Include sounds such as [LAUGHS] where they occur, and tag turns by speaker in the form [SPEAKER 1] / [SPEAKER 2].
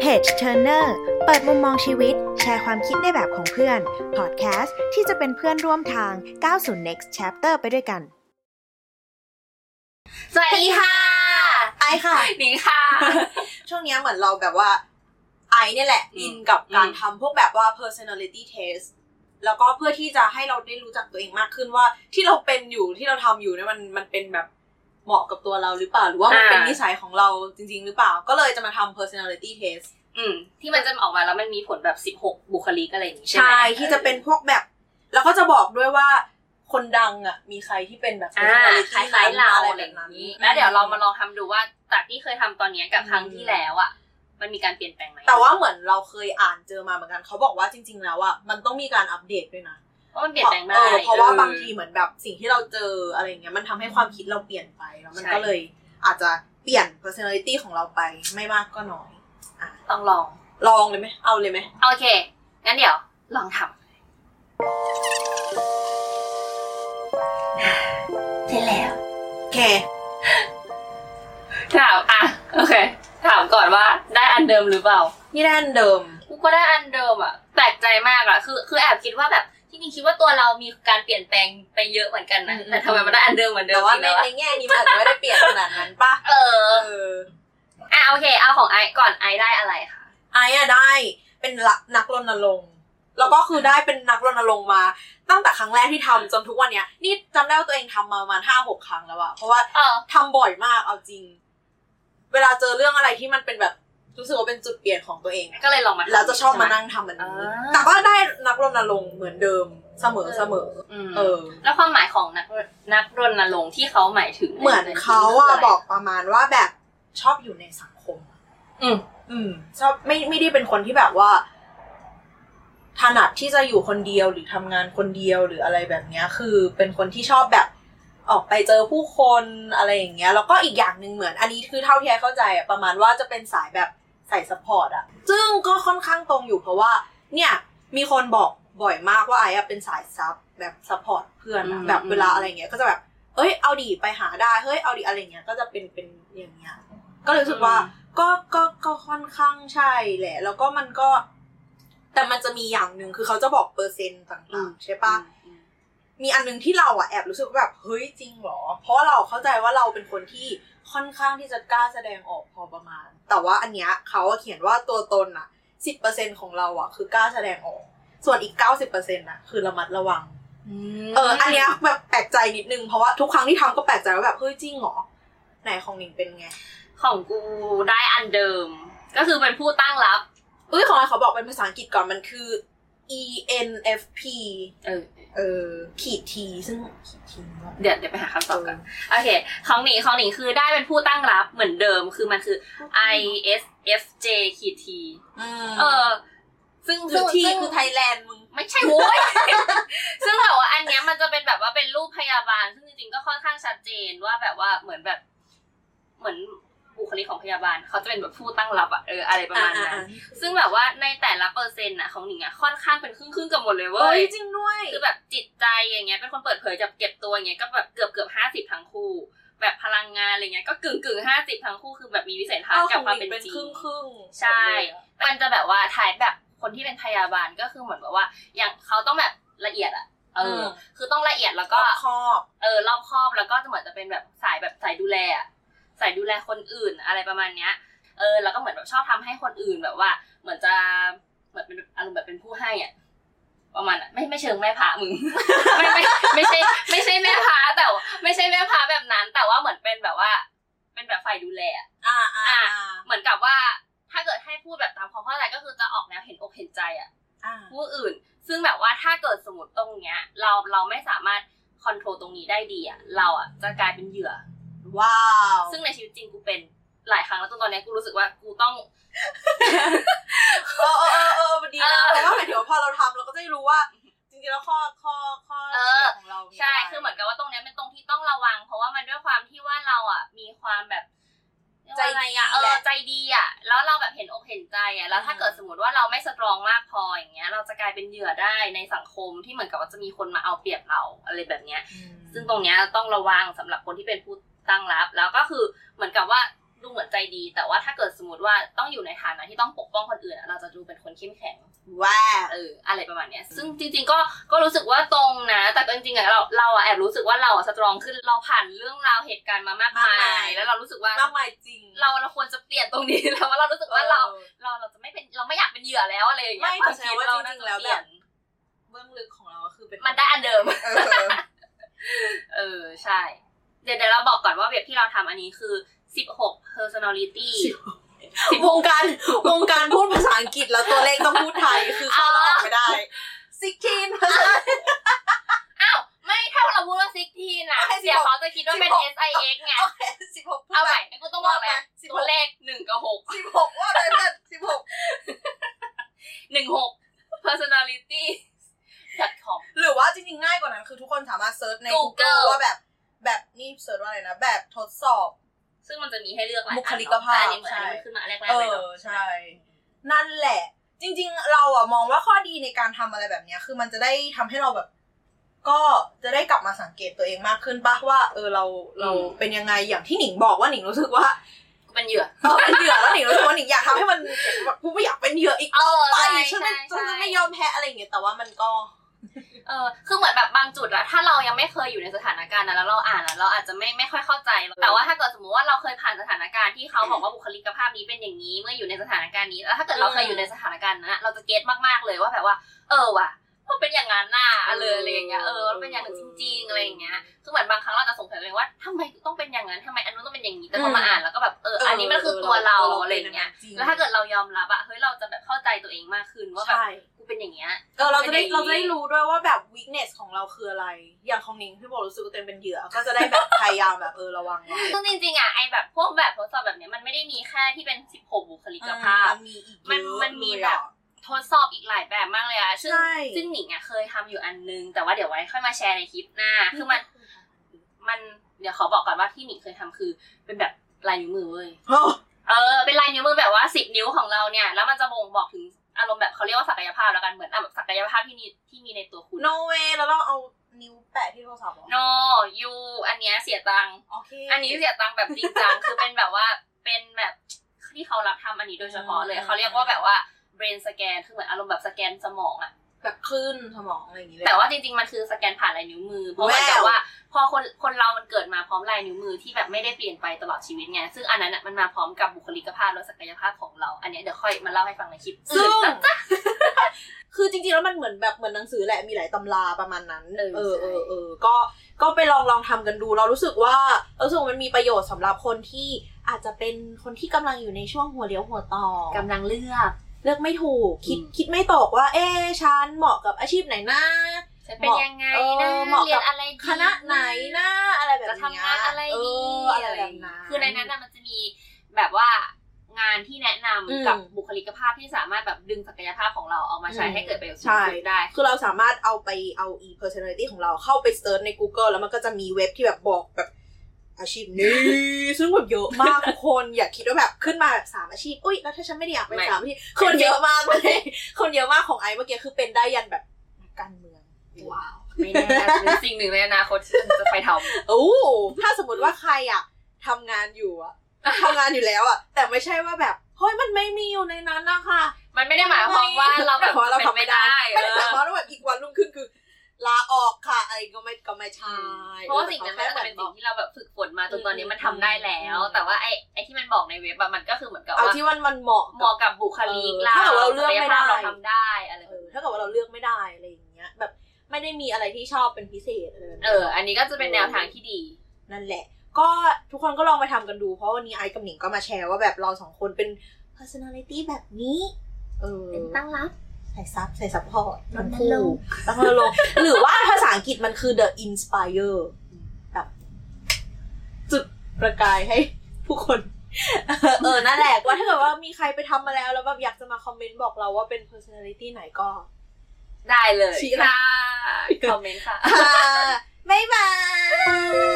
[SPEAKER 1] Page Turner เปิดมุมมองชีวิต แชร์ความคิดในแบบของเพื่อน พอดแคสต์ที่จะเป็นเพื่อนร่วมทาง 90 Next Chapter ไปด้วยกัน
[SPEAKER 2] สวัสดีค่ะ
[SPEAKER 3] ไอค่ะ
[SPEAKER 2] หนิงค่ะ
[SPEAKER 3] ช่วงเนี้ยเหมือนเราแบบว่า ไอเนี่ยแหละ
[SPEAKER 2] อืม
[SPEAKER 3] อินกับการ
[SPEAKER 2] อืม
[SPEAKER 3] ทำพวกแบบว่า personality test แล้วก็เพื่อที่จะให้เราได้รู้จักตัวเองมากขึ้นว่าที่เราเป็นอยู่ที่เราทำอยู่เนี่ยมันมันเป็นแบบเหมาะกับตัวเราหรือเปล่า หรือว่ามันเป็นนิสัยของเราจริง ๆ หรือเปล่า ก็เลยจะมาทำ personality test
[SPEAKER 2] อืม ที่มันจะออกมาแล้วมันมีผลแบบ 16 บุคลิกอะไรอย่างนี้ใช่ไหม
[SPEAKER 3] ใช่ที่จะเป็นพวกแบบ แล้วก็จะบอกด้วยว่าคนดังอ่ะมีใครที่เป็นแบบ
[SPEAKER 2] อ่า
[SPEAKER 3] personality
[SPEAKER 2] คล้ายๆเรา
[SPEAKER 3] นั้น
[SPEAKER 2] อะไรแบบนี้ แล้วเดี๋ยวเรามาลองทำดูว่าจากที่เคยทำตอนเนี้ยกับครั้งที่แล้วอ่ะ มันมีการเปลี่ยนแปลงไหม
[SPEAKER 3] แต่ว่าเหมือนเราเคยอ่านเจอมาเหมือนกันเขาบอกว่าจริง ๆ แล้วอ่ะมันต้องมีการอัปเดตด้วยนะ
[SPEAKER 2] ว่ามันเปลี่ยนแปลงได้
[SPEAKER 3] เออเพราะว่าบางทีเหมือนแบบสิ่งที่เราเจออะไรอย่างเงี้ยมันทำให้ความคิดเราเปลี่ยนไปแล้วมัน
[SPEAKER 2] ใช่
[SPEAKER 3] ก็เลยอาจจะเปลี่ยน personality ของเราไปไม่มากก็น้อยอ่ะ
[SPEAKER 2] ต้องลอง
[SPEAKER 3] ลองเลยไหมเอาเลยไหม
[SPEAKER 2] โอเค งั้นเดี๋ยว ลองทำเสร็จแล้ว
[SPEAKER 3] โอเค
[SPEAKER 2] ถามอ่ะ โอเค ถามก่อนว่าได้อันเดิมหรือเปล่า
[SPEAKER 3] นี่แน่นเดิม
[SPEAKER 2] กูก็ได้อันเดิมอะแปลกใจมากอะคือคือแอบคิดว่าแบบที่จริงคิดว่าตัวเรามีการเปลี่ยนแปลงไปเยอะเหมือนกันนะ
[SPEAKER 3] อืม
[SPEAKER 2] แต่ทำไมมันได้อันเดิมเหมือนเดิ
[SPEAKER 3] แต่
[SPEAKER 2] ม
[SPEAKER 3] ว่า
[SPEAKER 2] อีก
[SPEAKER 3] ใน
[SPEAKER 2] แล้วอะ
[SPEAKER 3] ในแง่นี้มันอาจจะไม่ได้เปลี่ยนขนาดนั้นป่ะ
[SPEAKER 2] เออ
[SPEAKER 3] เออ
[SPEAKER 2] อ่ะโอเค เอาของไอซ์ก่อนไอซ์ได้อะไรคะ
[SPEAKER 3] ไอ้อะได้เป็นนักรณรงค์แล้วก็คือได้เป็นนักรณรงค์มา ตั้งแต่ครั้งแรกที่ทำจนทุกวันเนี้ยนี่จำได้ว่าตัวเองทำมาประมาณห้าหกครั้งแล้วอะเพราะว่า
[SPEAKER 2] เออ
[SPEAKER 3] ทำบ่อยมากเอาจริง เวลาเจอเรื่องอะไรที่มันเป็นแบบรู้สึกว่าเป็นจุดเปลี่ยนของตัวเองอะ
[SPEAKER 2] ก็เลยลองมาทำ
[SPEAKER 3] เราจะชอบมา
[SPEAKER 2] ใไห
[SPEAKER 3] นั่งทำมัน
[SPEAKER 2] อ่
[SPEAKER 3] นี้
[SPEAKER 2] า
[SPEAKER 3] แต่ก็ได้นักรณรงค์เหมือนเดิมเสมอเสมอ
[SPEAKER 2] อืม
[SPEAKER 3] เออ
[SPEAKER 2] แล้วความหมายของนักนักรณรงค์ที่เขาหมายถึง
[SPEAKER 3] เหมือนเขาอะบอกประมาณว่าแบบชอบอยู่ในสังคม
[SPEAKER 2] อืม
[SPEAKER 3] อืม ชอบไม่ไม่ได้เป็นคนที่แบบว่าถนัดที่จะอยู่คนเดียวหรือทำงานคนเดียวหรืออะไรแบบเนี้ย คือเป็นคนที่ชอบแบบออกไปเจอผู้คนอะไรอย่างเงี้ย แล้วก็อีกอย่างหนึ่งเหมือน อันนี้คือเท่าที่ไอ้เข้าใจอะประมาณว่าจะเป็นสายแบบสายสปอร์ตอะซึ่งก็ค่อนข้างตรงอยู่เพราะว่า เนี่ย มีคนบอกบ่อยมากว่าไอ้อะเป็นสายซับแบบสปอร์ตเพื่อนอะแบบเวลาอะไรอย่างเงี้ยก็จะแบบเอ้ยเอาดีไปหาได้เฮ้ยเอาดีอะไรอย่างเงี้ยก็จะเป็นเป็นอย่างเงี้ย ก็เลยรู้สึกว่า ก็ก็ก็ค่อนข้างใช่แหละ แล้วก็มันก็ แต่มันจะมีอย่างหนึ่งคือเขาจะบอกเปอร์เซ็นต์ต่างๆ ใช่ปะ
[SPEAKER 2] อืม
[SPEAKER 3] มีอันหนึงที่เราอะแอบรู้สึกว่าแบบเฮ้ยจริงเหรอ เพราะว่าเราเข้าใจว่าเราเป็นคนที่ค่อนข้างที่จะกล้าแสดงออกพอประมาณ แต่ว่าอันเนี้ยเขาอะเขียนว่าตัวตนอะสิบเปอร์เซ็นของเราอะคือกล้าแสดงออก ส่วนอีกเก้าสิบเปอร์เซ็นต์ะคือระมัดระวัง
[SPEAKER 2] ม
[SPEAKER 3] เออ อันเนี้ยแบบแปลกใจนิดนึงเพราะว่าทุกครั้งที่ทำก็แปลกใจว่าแบบเฮ้ยจริงเหรอไหนของหนิงเป็นไง
[SPEAKER 2] ของกูได้อันเดิม ก็คือเป็นผู้ตั้งรับ
[SPEAKER 3] เอ้ยของเราเขาบอกเป็นภาษาอังกฤษก่อนมันคือ ENFP
[SPEAKER 2] เออ
[SPEAKER 3] เออขีดทีซึ่งขีดทีว่า
[SPEAKER 2] เดี๋ยวเดี๋ยวไปหาคำตอบกัน โอเค ของหนีของหนีคือได้เป็นผู้ตั้งรับเหมือนเดิม คือมันคือ ISFJ ขีด T เอ
[SPEAKER 3] เอ
[SPEAKER 2] อ
[SPEAKER 3] อ
[SPEAKER 2] ซึ่ง
[SPEAKER 3] ซึ่
[SPEAKER 2] ซึ่
[SPEAKER 3] ง
[SPEAKER 2] ง
[SPEAKER 3] ที
[SPEAKER 2] ซึ่ง
[SPEAKER 3] คือไทยแลนด์มึง
[SPEAKER 2] ไม่ใช่โว้ย [LAUGHS] ซึ่งแบบว่าอันเนี้ยมันจะเป็นแบบว่าเป็นรูปพยาบาล ซึ่งจริงๆก็ค่อนข้างชัดเจนว่าแบบว่าเหมือนแบบ เหมือนบุคลิกของพยาบาล เขาจะเป็นแบบผู้ตั้งรับอะเอออะไรประมาณนั้น ซึ่งแบบว่าในแต่ละเปอร์เซ็นต์อะของหนิงอะค่อนข้างเป็นครึ่งๆกับหมดเลย
[SPEAKER 3] เอ้
[SPEAKER 2] เว้
[SPEAKER 3] ย
[SPEAKER 2] ย
[SPEAKER 3] จริงด้วย
[SPEAKER 2] คือแบบจิตใจอย่างเงี้ยเป็นคนเปิดเผยจับเก็บตัวอย่างเงี้ยก็แบบเกือบเกือบห้าสิบทั้งคู่ แบบพลังงานอะไรเงี้ยก็กึ่งกึ่งห้าสิบทั้งคู่คือแบบมีวิสัยทัศน์กับความเป็นจริง
[SPEAKER 3] ครึ่งครึ่ง
[SPEAKER 2] ใช่ มันจะแบบว่าถ่ายแบบคนที่เป็นพยาบาลก็คือเหมือนแบบว่า อย่างเขาต้องแบบละเอียดอะเอออคือต้องละเอียดแล้ว
[SPEAKER 3] ก็
[SPEAKER 2] ก็
[SPEAKER 3] ครอบ
[SPEAKER 2] เออรอบคอบแล้วก็จะเหมือนจะเป็นแบบสายแบบสายดูแลอะสายดูแลคนอื่นอะไรประมาณเนี้ยเออแล้วก็เหมือนแบบชอบทำให้คนอื่นแบบว่า เหมือนจะเหมือนเป็นอารมณ์แบบเป็นผู้ให้อะประมาณอะไม่ไม่เชิงแม่พระมึง [LAUGHS] ไม่ไม่ไม่ใช่ไม่ใช่แม่พระแต่ว่าไม่ใช่แม่พระแบบนั้น แต่ว่าเหมือนเป็นแบบว่า เป็นแบบฝ่ายดูแลอะ
[SPEAKER 3] อ่าอ่า
[SPEAKER 2] เหมือนกับว่าถ้าเกิดให้พูดแบบตามความเข้าใจก็คือจะออกแนวเห็นอกเห็นใจอะ
[SPEAKER 3] อ่า
[SPEAKER 2] ผู้อื่น ซึ่งแบบว่าถ้าเกิดสมมติตรงเนี้ย เราเราไม่สามารถคอนโทรลตรงนี้ได้ดีอะเราอะจะกลายเป็นเหยื่อ
[SPEAKER 3] ว้าว
[SPEAKER 2] ซึ่งในชีวิตจริงกูเป็นหลายครั้งแล้วจนตอนเนี้ยกูรู้สึกว่ากูต้อง
[SPEAKER 3] เออเออเออเออมันดี
[SPEAKER 2] เอ
[SPEAKER 3] นะ
[SPEAKER 2] อ
[SPEAKER 3] เพราะว่าเดี๋ยวพอเราทำเราก็จะได้รู้ว่า จริงๆแล้วข้อข้อข้อเสียของเรา
[SPEAKER 2] ใช่คือเหมือนกับว่าตรงเนี้ยเป็นตรงที่ต้องระวัง เพราะว่ามันด้วยความที่ว่าเราอะมีความแบบเรียกว่าอะไรอะเออใจดีอะแล้วเราแบบเห็นอกเห็นใจอะแล้วถ้าเกิดสมมติว่าเราไม่สตรองมากพออย่างเงี้ย เราจะกลายเป็นเหยื่อได้ในสังคมที่เหมือนกับว่าจะมีคนมาเอาเปรียบเราอะไรแบบเนี้ย ซึ่งตรงเนี้ยต้องระวังสำหรับคนที่เป็นผู้ตั้งรับ แล้วก็คือเหมือนกับว่า ดูเหมือนใจดี แต่ว่าถ้าเกิดสมมติว่าต้องอยู่ในฐานะที่ต้องปกป้องคนอื่นอะเราจะดูเป็นคนเข้มแข็ง
[SPEAKER 3] ว้าว
[SPEAKER 2] เอออะไรประมาณเนี้ย ซึ่งจริงๆก็ก็รู้สึกว่าตรงนะ แต่ก็จริงๆอะเราเราอะแอบรู้สึกว่าเราอะสตรองขึ้นเราผ่านเรื่องราวเหตุการณ์มามากมาม
[SPEAKER 3] ากมาย ย
[SPEAKER 2] แล้วเรารู้สึกว่าม
[SPEAKER 3] ากมายจริง
[SPEAKER 2] เราเราควรจะเปลี่ยนตรงนี้ [LAUGHS] แล้วว่าเรารู้สึกว่าเรา
[SPEAKER 3] ออ
[SPEAKER 2] เราเราจะไม่เป็นเราไม่อยากเป็นเหยื่อแล้วอะไรอย่างเงี้ย
[SPEAKER 3] ไม่
[SPEAKER 2] ค
[SPEAKER 3] แต่
[SPEAKER 2] วาม
[SPEAKER 3] แสด
[SPEAKER 2] คิด
[SPEAKER 3] งว่า
[SPEAKER 2] เรา
[SPEAKER 3] จริ
[SPEAKER 2] น่าง
[SPEAKER 3] ๆ
[SPEAKER 2] จะ
[SPEAKER 3] แล้ว
[SPEAKER 2] เป
[SPEAKER 3] แบ
[SPEAKER 2] ลี่ย
[SPEAKER 3] บ
[SPEAKER 2] น
[SPEAKER 3] เบื้องลึกของเราก็คือเป็น
[SPEAKER 2] มันได้อันเดิม
[SPEAKER 3] เออ
[SPEAKER 2] เออใช่ เดี๋ยวเดี๋ยวเราบอกก่อนว่าเว็บที่เราทำอันนี้คือ 16 personality
[SPEAKER 3] วงการวงการพูดภาษาอังกฤษแล้วตัวเลขต้องพูดไทยคือเข้าเราออกไม่ได้ซิกทีน
[SPEAKER 2] อ้าวไม่ถ้าเราพูดว่า 16นะ
[SPEAKER 3] โอเค16
[SPEAKER 2] เดี๋ยวเขาจะคิดว่าเป็น
[SPEAKER 3] 16
[SPEAKER 2] SIX ไง
[SPEAKER 3] โอเคสิบหก
[SPEAKER 2] เอาใหม่งั้นกูต้องบอกแล้ว
[SPEAKER 3] สิบ
[SPEAKER 2] ตั
[SPEAKER 3] ห
[SPEAKER 2] ว
[SPEAKER 3] ก
[SPEAKER 2] เลข1กับ6
[SPEAKER 3] สิบหกว่าอะไรเนี่ยสิบหก
[SPEAKER 2] หนึ่งหก personality com
[SPEAKER 3] หรือว่าจริงๆง่ายกว่านั้นคือทุกคนสามารถเซิร์ชใน
[SPEAKER 2] Google
[SPEAKER 3] Google ว่าแบบแบบนี่เซิร์ชว่าอะไรนะ แบบทดสอบ
[SPEAKER 2] ซึ่งมันจะมีให้เลือกหลาย
[SPEAKER 3] บุคลิกภาพ
[SPEAKER 2] อันเนอะแต่อันนี้เหมือน
[SPEAKER 3] ใช่
[SPEAKER 2] อันนี้มันขึ้นมาแรกๆ
[SPEAKER 3] เอ
[SPEAKER 2] เลยเน
[SPEAKER 3] อ
[SPEAKER 2] อะ
[SPEAKER 3] ใช่ นั่นแหละ จริง ๆ เราอะมองว่าข้อดีในการทำอะไรแบบเนี้ย คือมันจะได้ทำให้เราแบบ ก็จะได้กลับมาสังเกตตัวเองมากขึ้นปะว่า เออเราเราเป็นยังไงอย่างที่หนิงบอกว่าหนิงรู้สึกว่า
[SPEAKER 2] [LAUGHS] กูเป็นเหยื่อ
[SPEAKER 3] เออเป็นเหยื่อแล้วหนิงรู้สึกว่าหนิงอยากทำให้มันแบบกูไม่อยากเป็นเหยื่ออีก
[SPEAKER 2] เออ
[SPEAKER 3] ไป
[SPEAKER 2] [LAUGHS] ใช่
[SPEAKER 3] ฉัน
[SPEAKER 2] ใช่
[SPEAKER 3] ไม่ฉันจะไม่ยอมแพ้อะไรอย่างเงี้ยแต่ว่ามันก็
[SPEAKER 2] เออคือเหมือนแบบบางจุดอะถ้าเรายังไม่เคยอยู่ในสถานการณ์นั้นแล้วเราอ่านอะเราอาจจะไม่ไม่ค่อยเข้าใจ แต่ว่าถ้าเกิดสมมติว่าเราเคยผ่านสถานการณ์ที่เขาบอกว่าบุคลิกภาพนี้เป็นอย่างนี้ เมื่ออยู่ในสถานการณ์นี้ แล้วถ้าเกิดเราเคยอยู่ในสถานการณ์นั้นอะเราจะเก็ตมากๆเลยว่าแบบว่า เออว่ะมันเป็นอย่างนั้นน่ะอะไรอะไรอย่างเงี้ย เออมันเป็นอย่างนั้นจริงๆอะไรอย่างเงี้ย คือเหมือนบางครั้งเราจะสงสัยตัวเองว่าทำไมต้องเป็นอย่างนั้นทำไมอันนู้นต้องเป็นอย่างนี้แต่พอมา
[SPEAKER 3] อืม
[SPEAKER 2] อ่านแล้วก็แบบเอออันนี้มันคือตัวเราอะไรอย่างเงี้ย
[SPEAKER 3] จริ
[SPEAKER 2] แล้วถ้าเกิดเรายอมรับอะเฮ้ยเราจะแบบเข้าใจตัวเองมากขึ้นว่าแบบ
[SPEAKER 3] ใช่
[SPEAKER 2] กูเป็นอย่างเงี้ย
[SPEAKER 3] เออเราจะได้
[SPEAKER 2] เป็นอย่างนี้
[SPEAKER 3] เราจะได้รู้ด้วยว่าแบบ weakness ของเราคืออะไร อย่างของหนิงพี่บอกรู้สึกว่าตัวเองเป็นเหยื่อ ก็จะได้แบบ [LAUGHS] พยายามแบบเออระวังไว้
[SPEAKER 2] ซึ่งจริงๆอะไอแบบพวกแบบทดสอบแบบเนี้ยมันไม่ได้มีแค่ที่เป็น 16 บุคลิกภาพ
[SPEAKER 3] นมีอีก
[SPEAKER 2] มัน
[SPEAKER 3] เยอะ
[SPEAKER 2] มันมี
[SPEAKER 3] เลย
[SPEAKER 2] แบบ
[SPEAKER 3] อะ
[SPEAKER 2] ทดสอบอีกหลายแบบมากเลยอะซึ่ง
[SPEAKER 3] ใช่
[SPEAKER 2] ซึ่งหนิงอะเคยทำอยู่อันนึง แต่ว่าเดี๋ยวไว้ค่อยมาแชร์ในคลิปหน้าคือมันมันเดี๋ยวขอบอกก่อนว่าที่หนิงเคยทำคือเป็นแบบลายนิ้วมือเว้ย
[SPEAKER 3] โอ้
[SPEAKER 2] [LAUGHS] เออเป็นลายนิ้วมือแบบว่าสิบนิ้วของเราเนี่ยแล้วมันจะบ่งบอกถึงอารมณ์แบบเขาเรียกว่าศักยภาพแล้วกันเหมือนอ่ะแบบศักยภาพที่มีที่มีในตัวคุณ
[SPEAKER 3] โนเวแล้วเราเอานิ้วแปะที่โทรศัพท์เหรอ
[SPEAKER 2] no you อันเนี้ยเสียตังค์
[SPEAKER 3] โอเค
[SPEAKER 2] อันนี้เสียตังค์แบบจริง [LAUGHS] จัง คือเป็นแบบว่าเป็นแบบที่เขารับทำอันนี้โดยเฉพาะเลย
[SPEAKER 3] อืม
[SPEAKER 2] เขาเรียกว่าแบบว่า brain scan คือเหมือนอารมณ์แบบสแกนสมองอะ
[SPEAKER 3] แบบคลื่นสมองอะไรอย่างเงี้เลย
[SPEAKER 2] แต่ว่าจริงๆมันคือสแกนผ่านลายนิ้วมือเพราะเหมือนกับว่า พอคนคนเรามันเกิดมาพร้อมลายนิ้วมือที่แบบไม่ได้เปลี่ยนไปตลอดชีวิตไงซึ่งอันนั้นอะมันมาพร้อมกับบุคลิกภาพและศักยภาพของเรา อันเนี้ยเดี๋ยวค่อยมาเล่าให้ฟังในคลิปอื่
[SPEAKER 3] ซึ่
[SPEAKER 2] น
[SPEAKER 3] ง
[SPEAKER 2] นะ
[SPEAKER 3] คือจริงๆแล้วมันเหมือนแบบเหมือนหนังสือแหละมีหลายตำราประมาณนั้น
[SPEAKER 2] เออ
[SPEAKER 3] เออ
[SPEAKER 2] ใช่
[SPEAKER 3] เออเออก็ก็ไปลองลองทำกันดู เรารู้สึกว่าเรารู้สึกว่ามันมีประโยชน์สำหรับคนที่อาจจะเป็นคนที่กำลังอยู่ในช่วงหัวเลี้ยวหัวต่อก
[SPEAKER 2] ำลังเลื [LAUGHS] อก
[SPEAKER 3] เลือกไม่ถูก คิด
[SPEAKER 2] อืม
[SPEAKER 3] คิดไม่ตกว่า เอ๊ะฉันเหมาะกับอาชีพไหนนะ
[SPEAKER 2] จะเป็นยังไงนะ
[SPEAKER 3] เออเหมาะกับ
[SPEAKER 2] เรียนอะไรดี
[SPEAKER 3] คณะไหนนะอะไรแบบ
[SPEAKER 2] จะ
[SPEAKER 3] เนี้ย
[SPEAKER 2] ทำงานอะไร
[SPEAKER 3] เอ
[SPEAKER 2] ดี
[SPEAKER 3] ออะไรแบบนั้น
[SPEAKER 2] คือในนั้นน่ะมันจะมีแบบว่างานที่แนะนำ
[SPEAKER 3] อืม
[SPEAKER 2] กับบุคลิกภาพที่สามารถแบบดึงศักยภาพของเราเอามาใช้
[SPEAKER 3] อืม
[SPEAKER 2] ให้เกิดประโยชน์สู
[SPEAKER 3] ใช่
[SPEAKER 2] งสุดได้
[SPEAKER 3] คือเราสามารถเอาไปเอา e personality ของเราเข้าไปเซิร์ชใน Google แล้วมันก็จะมีเว็บที่แบบบอกแบบอาชีพนี้ ซึ่งแบบเยอะมากทุกคน อย่าคิดว่าแบบขึ้นมาแบบสามอาชีพ อุ้ยแล้วถ้าฉันไม่ได้อยากเป็น
[SPEAKER 2] ไม่
[SPEAKER 3] สามอาชีพคนเยอะมากเลย คนเยอะมากของไอ้เมื่อกี้คือเป็นได้ยันแบบนักการเมือง
[SPEAKER 2] ว้าว ไม่แน่อาจจะ
[SPEAKER 3] [LAUGHS]
[SPEAKER 2] เป็นสิ่งหนึ่งในอนาคตที่ฉันจะไปทำ
[SPEAKER 3] โอ้ถ้าสมมติว่าใครอะทำงานอยู่
[SPEAKER 2] [LAUGHS]
[SPEAKER 3] อะทำงานอยู่แล้วอะแต่ไม่ใช่ว่าแบบเฮ้ยมันไม่มีอยู่ในนั้นนะคะ
[SPEAKER 2] มันไม่ได้หมายความว่าเราแบบ
[SPEAKER 3] พะ
[SPEAKER 2] จะเป็นไม่ได้เอ
[SPEAKER 3] ไม่ได้
[SPEAKER 2] อ
[SPEAKER 3] หมายความว่าแบบอีกวันรุ่งขึ้นคือลาออกค่ะอะไรก็ไม่ก็ไม่ใช่
[SPEAKER 2] เพราะว่าสิ่งนั้นมันจะเป็นสิ่งที่เราแบบฝึกฝนมาจนตอนนี้มันทำได้แล้ว
[SPEAKER 3] อืม
[SPEAKER 2] แต่ว่าไอ้ไอ้ที่มันบอกในเว็บอะมันก็คือเหมือนกับ
[SPEAKER 3] เอา
[SPEAKER 2] ว่า
[SPEAKER 3] ที่มันมันเหมาะ
[SPEAKER 2] เหมาะกับบุคลิกเรา
[SPEAKER 3] ถ้าเกิดเราเลือกไม่
[SPEAKER 2] ศัยภา
[SPEAKER 3] ได้
[SPEAKER 2] พเราทำได้อะไรแบ
[SPEAKER 3] เอบ อถ้าเกิดว่าเราเลือกไม่ได้อะไรอย่างเงี้ย แบบไม่ได้มีอะไรที่ชอบเป็นพิเศษอะไรแบบ
[SPEAKER 2] เอ
[SPEAKER 3] นี้
[SPEAKER 2] อ อันนี้ก็จะเป็นแนวทางที่ดี
[SPEAKER 3] นั่นแหละ ก็ทุกคนก็ลองไปทำกันดูเพราะวันนี้ไอซ์กับหนิงก็มาแชร์ว่าแบบเราสองคนเป็น personality แบบนี้เออ
[SPEAKER 2] เป็นตั้งรับ
[SPEAKER 3] ใส่ซับใส่ซับพอร์ตทั้ง
[SPEAKER 2] รณร
[SPEAKER 3] คู่
[SPEAKER 2] งค์
[SPEAKER 3] ตั้งลงค์หรือว่าภาษาอังกฤษมันคือ the inspire แบบจุดประกายให้ผู้คน [LAUGHS] เออ นั่นแหละว่าถ้าเกิดว่ามีใครไปทำมาแล้ว แล้วแบบอยากจะมาคอมเมนต์บอกเราว่าเป็น personality ไหน [LAUGHS] ก็
[SPEAKER 2] ได้เลย
[SPEAKER 3] ชี้อะไร
[SPEAKER 2] [LAUGHS] ค่ะคอมเมนต์ค่ะ
[SPEAKER 3] บ๊ายบาย